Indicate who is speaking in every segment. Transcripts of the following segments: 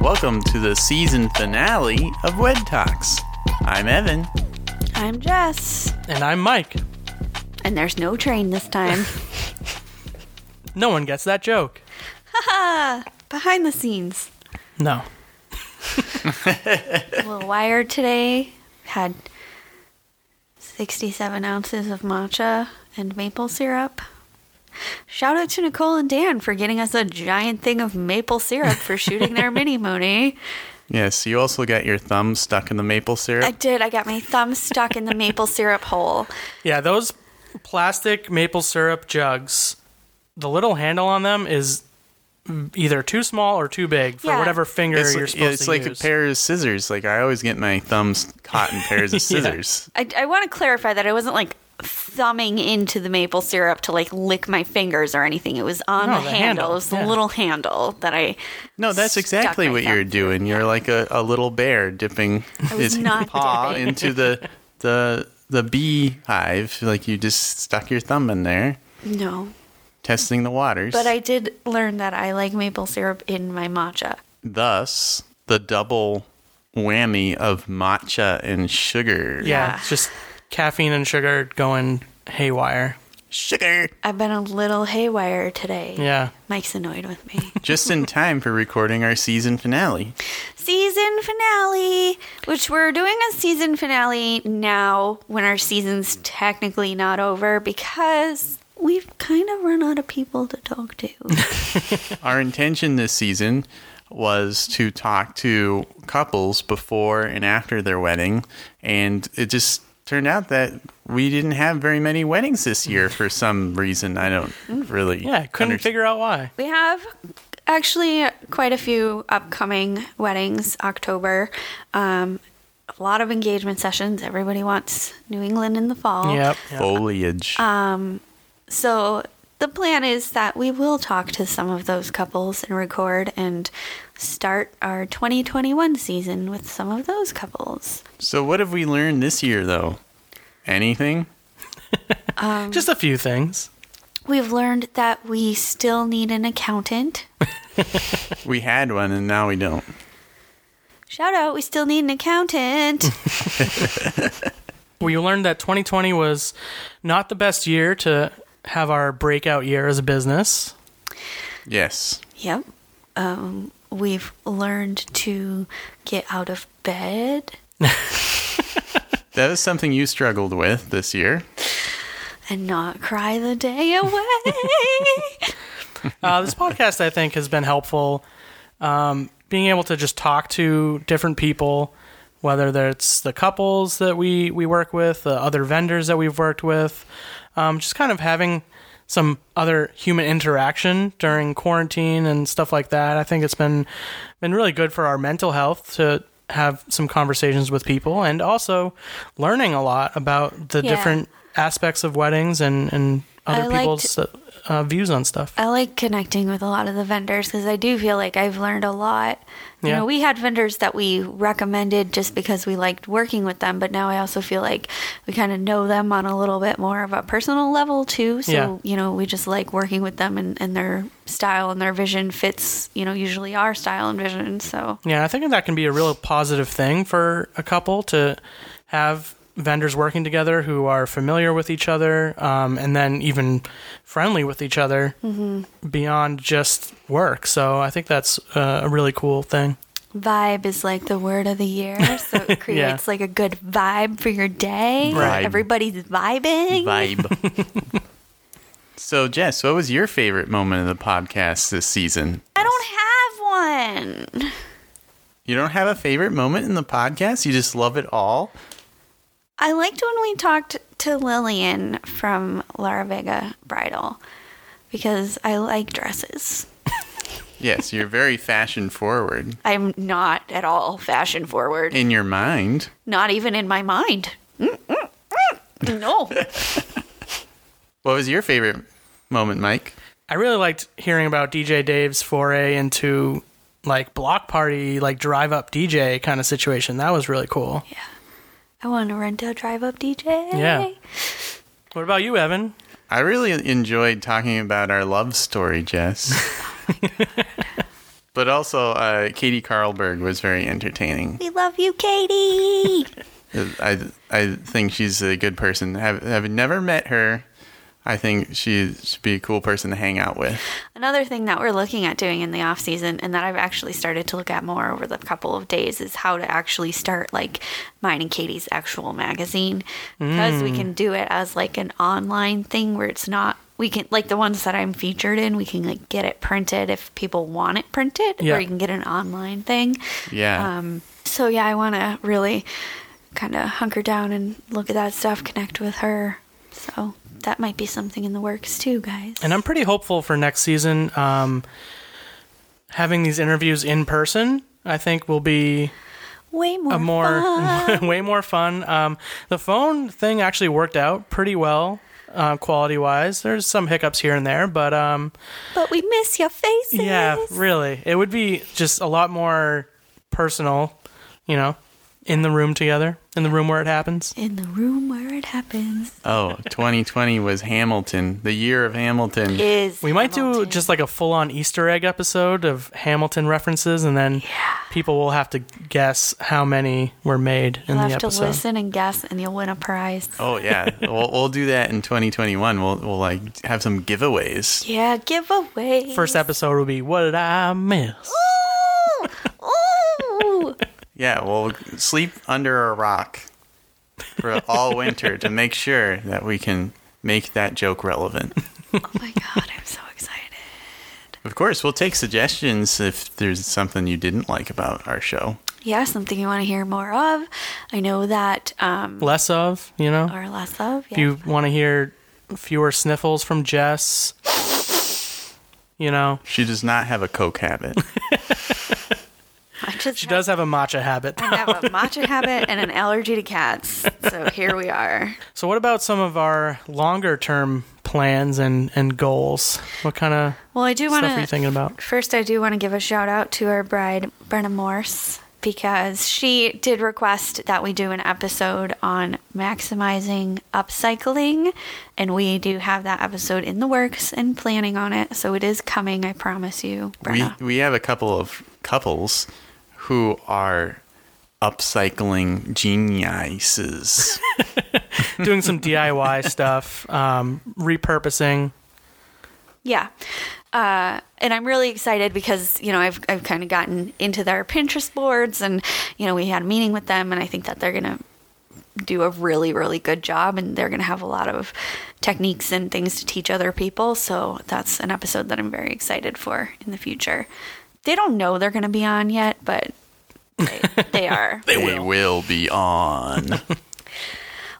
Speaker 1: Welcome to the season finale of Wed Talks. I'm Evan.
Speaker 2: I'm Jess.
Speaker 3: And I'm Mike.
Speaker 2: And there's no train this time.
Speaker 3: No one gets that joke.
Speaker 2: Behind the scenes.
Speaker 3: No.
Speaker 2: Well, Wired today had 67 ounces of matcha and maple syrup. Shout out to Nicole and Dan for getting us a giant thing of maple syrup for shooting their mini money.
Speaker 1: Yes, you also got your thumb stuck in the maple syrup.
Speaker 2: I did. I got my thumb stuck in the maple syrup hole.
Speaker 3: Yeah, those plastic maple syrup jugs, the little handle on them is either too small or too big for
Speaker 2: Yeah.
Speaker 3: whatever finger
Speaker 1: it's
Speaker 3: you're
Speaker 1: like-
Speaker 3: supposed
Speaker 1: it's
Speaker 3: to
Speaker 1: like
Speaker 3: use.
Speaker 1: a pair of scissors. Like I always get my thumbs caught in pairs of scissors.
Speaker 2: I, I want to clarify that I wasn't like thumbing into the maple syrup to like lick my fingers or anything. It was on
Speaker 3: No,
Speaker 2: the,
Speaker 3: the
Speaker 2: handle.
Speaker 3: handle,
Speaker 2: It was the
Speaker 3: yeah.
Speaker 2: little handle that I.
Speaker 1: No, that's
Speaker 2: Stuck
Speaker 1: exactly
Speaker 2: my
Speaker 1: what you're
Speaker 2: thumb
Speaker 1: doing. You're like a, a little bear dipping
Speaker 2: was
Speaker 1: his
Speaker 2: not
Speaker 1: paw
Speaker 2: dipping.
Speaker 1: into the the the beehive. Like you just stuck your thumb in there,
Speaker 2: No.
Speaker 1: testing the waters.
Speaker 2: But I did learn that I like maple syrup in my matcha.
Speaker 1: thus the double whammy of matcha and sugar.
Speaker 3: yeah,
Speaker 2: Yeah.
Speaker 3: it's just caffeine and sugar going haywire.
Speaker 1: Sugar.
Speaker 2: I've been a little haywire today.
Speaker 3: Yeah.
Speaker 2: Mike's annoyed with me.
Speaker 1: Just in time for recording our season finale.
Speaker 2: season finale, which we're doing a season finale now when our season's technically not over because we've kind of run out of people to talk to.
Speaker 1: Our intention this season was to talk to couples before and after their wedding, and it just turned out that we didn't have very many weddings this year for some reason. I don't really
Speaker 3: Yeah, couldn't
Speaker 1: understand.
Speaker 3: figure out why.
Speaker 2: we have actually quite a few upcoming weddings October. Um, a lot of engagement sessions. Everybody wants New England in the fall.
Speaker 3: Yep.
Speaker 1: foliage.
Speaker 2: So the plan is that we will talk to some of those couples and record and start our 2021 season with some of those couples.
Speaker 1: so what have we learned this year though? Anything?
Speaker 3: just a few things.
Speaker 2: We've learned that we still need an accountant.
Speaker 1: We had one and now we don't.
Speaker 2: Shout out, we still need an accountant.
Speaker 3: We learned that 2020 was not the best year to have our breakout year as a business.
Speaker 1: Yes.
Speaker 2: yep. Um, we've learned to get out of bed
Speaker 1: That was something you struggled with this year.
Speaker 2: and not cry the day away.
Speaker 3: Uh, this podcast, I think, has been helpful. Um, being able to just talk to different people, whether that's the couples that we, we work with, the other vendors that we've worked with, um, just kind of having some other human interaction during quarantine and stuff like that. I think it's been been really good for our mental health to have some conversations with people and also learning a lot about the
Speaker 2: Yeah.
Speaker 3: different aspects of weddings and, and
Speaker 2: I
Speaker 3: other
Speaker 2: liked-
Speaker 3: people's uh, views on stuff.
Speaker 2: I like connecting with a lot of the vendors because I do feel like I've learned a lot. You
Speaker 3: Yeah.
Speaker 2: know, we had vendors that we recommended just because we liked working with them, but now I also feel like we kind of know them on a little bit more of a personal level too. So,
Speaker 3: Yeah.
Speaker 2: you know, we just like working with them and, and their style and their vision fits, you know, usually our style and vision. So,
Speaker 3: Yeah, I think that can be a real positive thing for a couple to have vendors working together who are familiar with each other um, and then even friendly with each other beyond just work. So I think that's uh, a really cool thing.
Speaker 2: vibe is like the word of the year. So, it creates like a good vibe for your day.
Speaker 1: Vibe.
Speaker 2: Everybody's vibing.
Speaker 1: vibe. so, Jess, what was your favorite moment of the podcast this season?
Speaker 2: I don't have one.
Speaker 1: You don't have a favorite moment in the podcast? You just love it all?
Speaker 2: I liked when we talked to Lillian from Lara Vega Bridal because I like dresses.
Speaker 1: Yes, you're very fashion forward
Speaker 2: I'm not at all fashion forward,
Speaker 1: in your mind.
Speaker 2: not even in my mind. Mm, mm, mm. No.
Speaker 1: What was your favorite moment, Mike?
Speaker 3: I really liked hearing about DJ Dave's foray into like block party, like drive up DJ kind of situation. That was really cool.
Speaker 2: I want to rent a drive up DJ.
Speaker 3: Yeah. What about you, Evan?
Speaker 1: I really enjoyed talking about our love story, Jess. But also, uh, Katie Carlberg was very entertaining.
Speaker 2: We love you, Katie.
Speaker 1: I I think she's a good person. Have have never met her. I think she should be a cool person to hang out with.
Speaker 2: Another thing that we're looking at doing in the off season and that I've actually started to look at more over the couple of days is how to actually start like mine and Katie's actual magazine because
Speaker 3: Mm.
Speaker 2: we can do it as like an online thing where it's not we can like the ones that I'm featured in, we can like get it printed if people want it printed
Speaker 3: Yeah.
Speaker 2: or you can get an online thing.
Speaker 1: Yeah.
Speaker 2: Um, so yeah, I want to really kind of hunker down and look at that stuff, connect with her. So that might be something in the works too, guys.
Speaker 3: And I'm pretty hopeful for next season. Um, having these interviews in person, I think, will be
Speaker 2: way more,
Speaker 3: a more
Speaker 2: fun.
Speaker 3: way more fun. Um, the phone thing actually worked out pretty well. Uh, quality wise, there's some hiccups here and there, but um,
Speaker 2: but we miss your faces.
Speaker 3: yeah, really, it would be just a lot more personal, you know, in the room together, in the room where it happens.
Speaker 2: in the room where it happens
Speaker 1: oh, 2020 was Hamilton, the year of Hamilton.
Speaker 2: is
Speaker 3: We might do
Speaker 2: Hamilton.
Speaker 3: just like a full on Easter egg episode of Hamilton references, and then people will have to guess how many were made in
Speaker 2: You'll
Speaker 3: the
Speaker 2: have to
Speaker 3: episode.
Speaker 2: listen and guess, and you'll win a prize.
Speaker 1: Oh yeah, we'll we'll do that in 2021. We'll we'll like have some giveaways.
Speaker 2: Yeah, giveaway.
Speaker 3: First episode will be What Did I Miss?
Speaker 2: Ooh, ooh.
Speaker 1: Yeah, we'll sleep under a rock for all winter to make sure that we can make that joke relevant.
Speaker 2: oh my god, I'm so excited.
Speaker 1: Of course, we'll take suggestions if there's something you didn't like about our show.
Speaker 2: Yeah, something you want to hear more of. I know that, um,
Speaker 3: Less of, you know?
Speaker 2: or less of. Yeah.
Speaker 3: If you want to hear fewer sniffles from Jess, you know,
Speaker 1: She does not have a coke habit.
Speaker 2: I just
Speaker 3: she does have a matcha habit.
Speaker 2: I have a matcha habit and an allergy to cats. So here we are.
Speaker 3: So, what about some of our longer term plans and, and goals? What kind of
Speaker 2: Well, I do want
Speaker 3: stuff
Speaker 2: to
Speaker 3: are you thinking about?
Speaker 2: First, I do want to give a shout out to our bride, Brenna Morse, because she did request that we do an episode on maximizing upcycling. And we do have that episode in the works and planning on it. So it is coming, I promise you,
Speaker 1: we
Speaker 2: Brenna.
Speaker 1: we have a couple of couples who are upcycling geniuses.
Speaker 3: Doing some DIY stuff, um, repurposing.
Speaker 2: Yeah. Uh, and I'm really excited because, you know, I've, I've kind of gotten into their Pinterest boards and, you know, we had a meeting with them and I think that they're going to do a really, really good job and they're going to have a lot of techniques and things to teach other people. So that's an episode that I'm very excited for in the future. They don't know they're going to be on yet, but they, they are.
Speaker 1: they will. be on.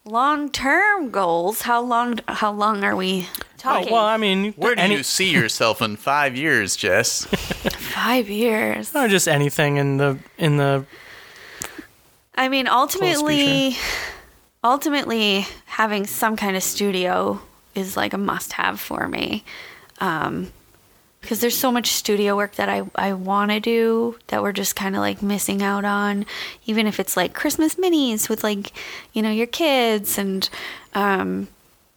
Speaker 2: long term goals. How long, how long are we
Speaker 3: Oh,
Speaker 2: talking?
Speaker 3: well, I mean,
Speaker 1: Where do
Speaker 3: any,
Speaker 1: you see yourself in five years, Jess?
Speaker 2: Five years.
Speaker 3: or just anything in the in the
Speaker 2: I mean, ultimately, ultimately, having some kind of studio is like a must-have for me, um, because there's so much studio work that I I want to do that we're just kind of like missing out on, even if it's like Christmas minis with like, you know, your kids and. Um,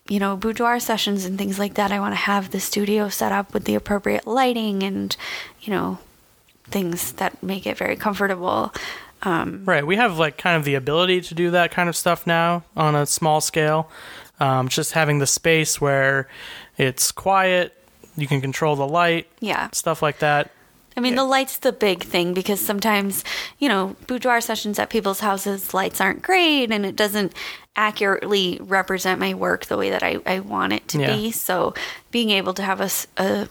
Speaker 2: you know, boudoir sessions and things like that. I want to have the studio set up with the appropriate lighting and, you know, things that make it very comfortable.
Speaker 3: right. We have like kind of the ability to do that kind of stuff now on a small scale. Um, just having the space where it's quiet, you can control the light,
Speaker 2: Yeah.
Speaker 3: stuff like that.
Speaker 2: I mean, the light's the big thing because sometimes, you know, boudoir sessions at people's houses, lights aren't great and it doesn't accurately represent my work the way that I, I want it to
Speaker 3: Yeah.
Speaker 2: be. So being able to have a, s- a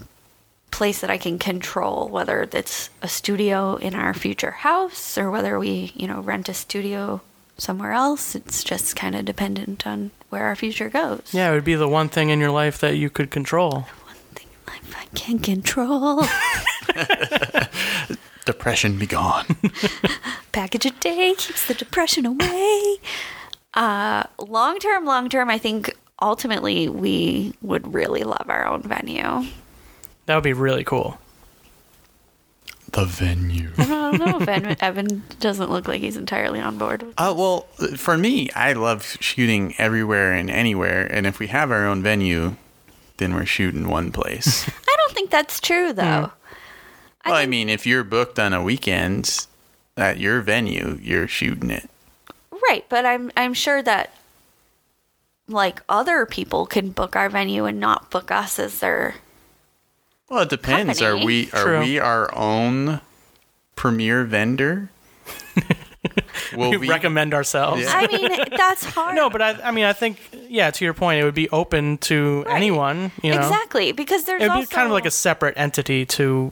Speaker 2: place that I can control, whether it's a studio in our future house or whether we, you know, rent a studio somewhere else, it's just kind of dependent on where our future goes.
Speaker 3: Yeah, it would be the one thing in your life that you could control.
Speaker 2: One thing in life I can control,
Speaker 1: Depression be gone.
Speaker 2: package a day keeps the depression away. Uh, long term, long term, I think ultimately we would really love our own venue.
Speaker 3: That would be really cool.
Speaker 1: the venue.
Speaker 2: I don't know if Evan, Evan doesn't look like he's entirely on board.
Speaker 1: Uh, well, for me, I love shooting everywhere and anywhere. And if we have our own venue, then we're shooting one place.
Speaker 2: I don't think that's true, though.
Speaker 1: Well, I mean, if you're booked on a weekend at your venue, you're shooting it.
Speaker 2: Right, but I'm I'm sure that like other people can book our venue and not book us as their
Speaker 1: Well, it depends. Are
Speaker 2: Company.
Speaker 1: we are
Speaker 3: True.
Speaker 1: we our own premier vendor? Will
Speaker 3: We recommend ourselves.
Speaker 1: Yeah.
Speaker 2: I mean, that's hard.
Speaker 3: No, but I, I mean, I think, yeah, to your point, it would be open to
Speaker 2: Right.
Speaker 3: anyone, you know?
Speaker 2: exactly because there's
Speaker 3: It would be
Speaker 2: also
Speaker 3: kind of like a separate entity to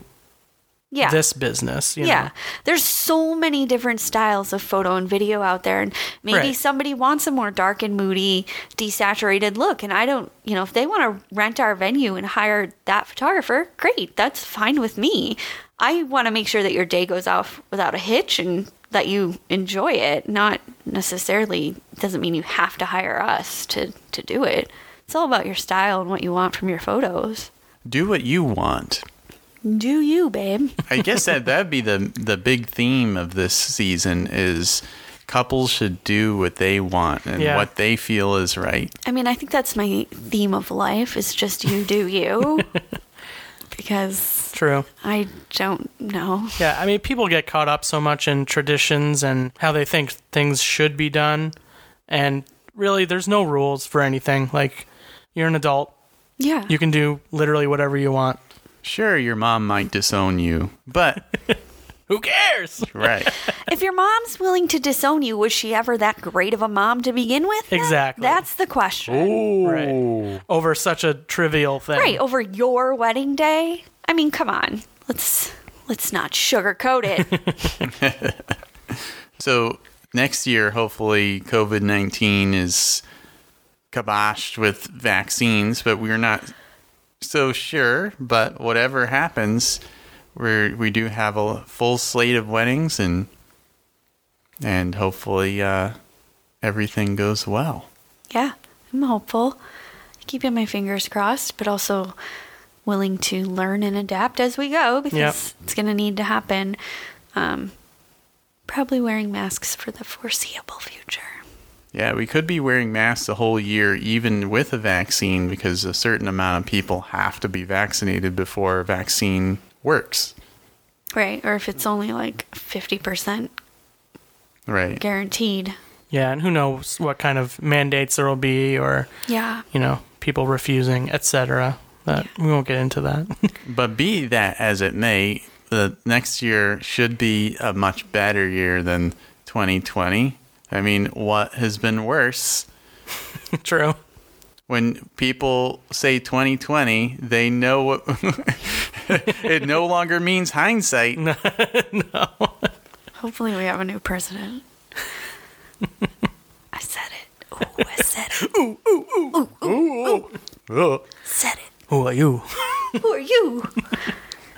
Speaker 2: yeah.
Speaker 3: this business, you
Speaker 2: yeah.
Speaker 3: know?
Speaker 2: There's so many different styles of photo and video out there. And maybe
Speaker 3: Right.
Speaker 2: somebody wants a more dark and moody, desaturated look. And I don't, you know, if they want to rent our venue and hire that photographer, great. That's fine with me. I want to make sure that your day goes off without a hitch and that you enjoy it. Not necessarily doesn't mean you have to hire us to, to do it. It's all about your style and what you want from your photos.
Speaker 1: Do what you want.
Speaker 2: Do you, babe?
Speaker 1: I guess that that'd be the the big theme of this season is couples should do what they want and
Speaker 3: Yeah.
Speaker 1: what they feel is right.
Speaker 2: I mean, I think that's my theme of life is just you do you. because
Speaker 3: True.
Speaker 2: I don't know.
Speaker 3: Yeah, I mean, people get caught up so much in traditions and how they think things should be done, and really, there's no rules for anything. Like, you're an adult;
Speaker 2: Yeah.
Speaker 3: you can do literally whatever you want.
Speaker 1: Sure, your mom might disown you, but
Speaker 3: Who cares?
Speaker 1: right.
Speaker 2: if your mom's willing to disown you, was she ever that great of a mom to begin with? That-
Speaker 3: Exactly.
Speaker 2: that's the question.
Speaker 3: Right. Over such a trivial thing.
Speaker 2: Right, oh. over your wedding day? I mean, come on. Let's let's not sugarcoat it.
Speaker 1: So next year, hopefully, COVID nineteen is kiboshed with vaccines, but we're not so sure. But whatever happens, we we do have a full slate of weddings, and and hopefully uh, everything goes well.
Speaker 2: yeah. I'm hopeful. Keeping my fingers crossed, but also willing to learn and adapt as we go because
Speaker 3: Yep.
Speaker 2: it's going to need to happen. Um, probably wearing masks for the foreseeable future.
Speaker 1: Yeah, we could be wearing masks the whole year, even with a vaccine, because a certain amount of people have to be vaccinated before a vaccine works.
Speaker 2: Right. Or if it's only like 50%
Speaker 1: Right.
Speaker 2: guaranteed.
Speaker 3: Yeah, and who knows what kind of mandates there will be, or
Speaker 2: Yeah.
Speaker 3: you know, people refusing, etc. That we won't get into that.
Speaker 1: But be that as it may, the next year should be a much better year than 2020. I mean, what has been worse?
Speaker 3: True.
Speaker 1: When people say 2020, they know what it no longer means hindsight.
Speaker 2: Hopefully we have a new president. I said it. Ooh, I said it.
Speaker 1: Ugh.
Speaker 2: said it.
Speaker 3: Who are you?
Speaker 2: Who are you?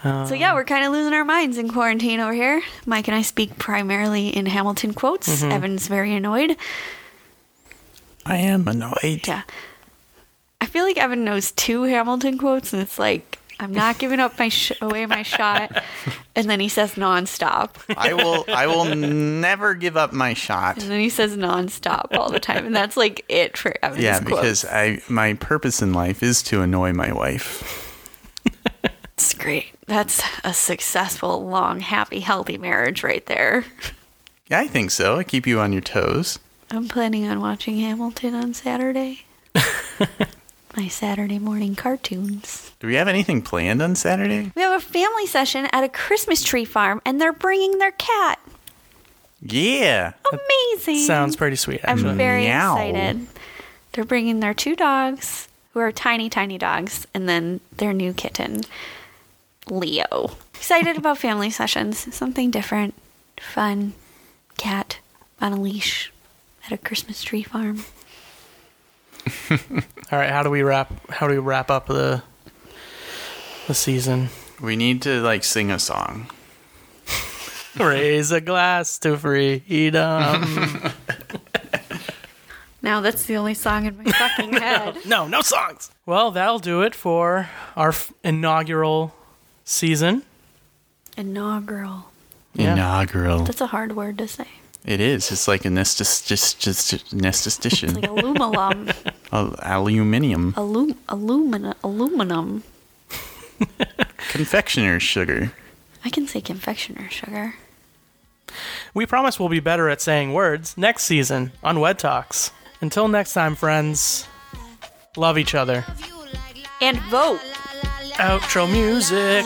Speaker 2: so yeah, we're kind of losing our minds in quarantine over here. Mike and I speak primarily in Hamilton quotes.
Speaker 1: Mm-hmm.
Speaker 2: Evan's very annoyed.
Speaker 1: I am annoyed.
Speaker 2: Yeah. I feel like Evan knows two Hamilton quotes, and it's like I'm not giving up my sh- away my shot, and then he says nonstop,
Speaker 1: I will I will never give up my shot.
Speaker 2: and then he says nonstop all the time, and that's like it for Evan's
Speaker 1: Yeah,
Speaker 2: quotes.
Speaker 1: because I my purpose in life is to annoy my wife.
Speaker 2: That's great. That's a successful, long, happy, healthy marriage right there.
Speaker 1: Yeah, I think so. I keep you on your toes.
Speaker 2: I'm planning on watching Hamilton on Saturday. My Saturday morning cartoons.
Speaker 1: Do we have anything planned on Saturday?
Speaker 2: We have a family session at a Christmas tree farm, and they're bringing their cat.
Speaker 1: Yeah.
Speaker 2: Amazing.
Speaker 3: Sounds pretty sweet.
Speaker 2: I'm
Speaker 3: Actually.
Speaker 2: very
Speaker 1: Meow.
Speaker 2: excited. They're bringing their two dogs, who are tiny, tiny dogs, and then their new kitten, Leo. Excited about family sessions. Something different, fun, cat on a leash at a Christmas tree farm.
Speaker 3: All right, how do we wrap? How do we wrap up the the season?
Speaker 1: We need to like sing a song.
Speaker 3: Raise a glass to freedom.
Speaker 2: Now that's the only song in my fucking head.
Speaker 3: no, no songs. Well, that'll do it for our f- inaugural season.
Speaker 2: Inaugural.
Speaker 3: Yeah.
Speaker 1: Inaugural.
Speaker 2: That's a hard word to say.
Speaker 1: It is. It's like a nestis, just, just,
Speaker 2: It's like
Speaker 1: nestistician.
Speaker 2: alumalum.
Speaker 1: Al- aluminium.
Speaker 2: Alum, alumina, aluminum.
Speaker 1: Confectioner's sugar.
Speaker 2: I can say confectioner sugar.
Speaker 3: We promise we'll be better at saying words next season on Wed Talks. Until next time, friends, love each other.
Speaker 2: And vote.
Speaker 3: Outro music.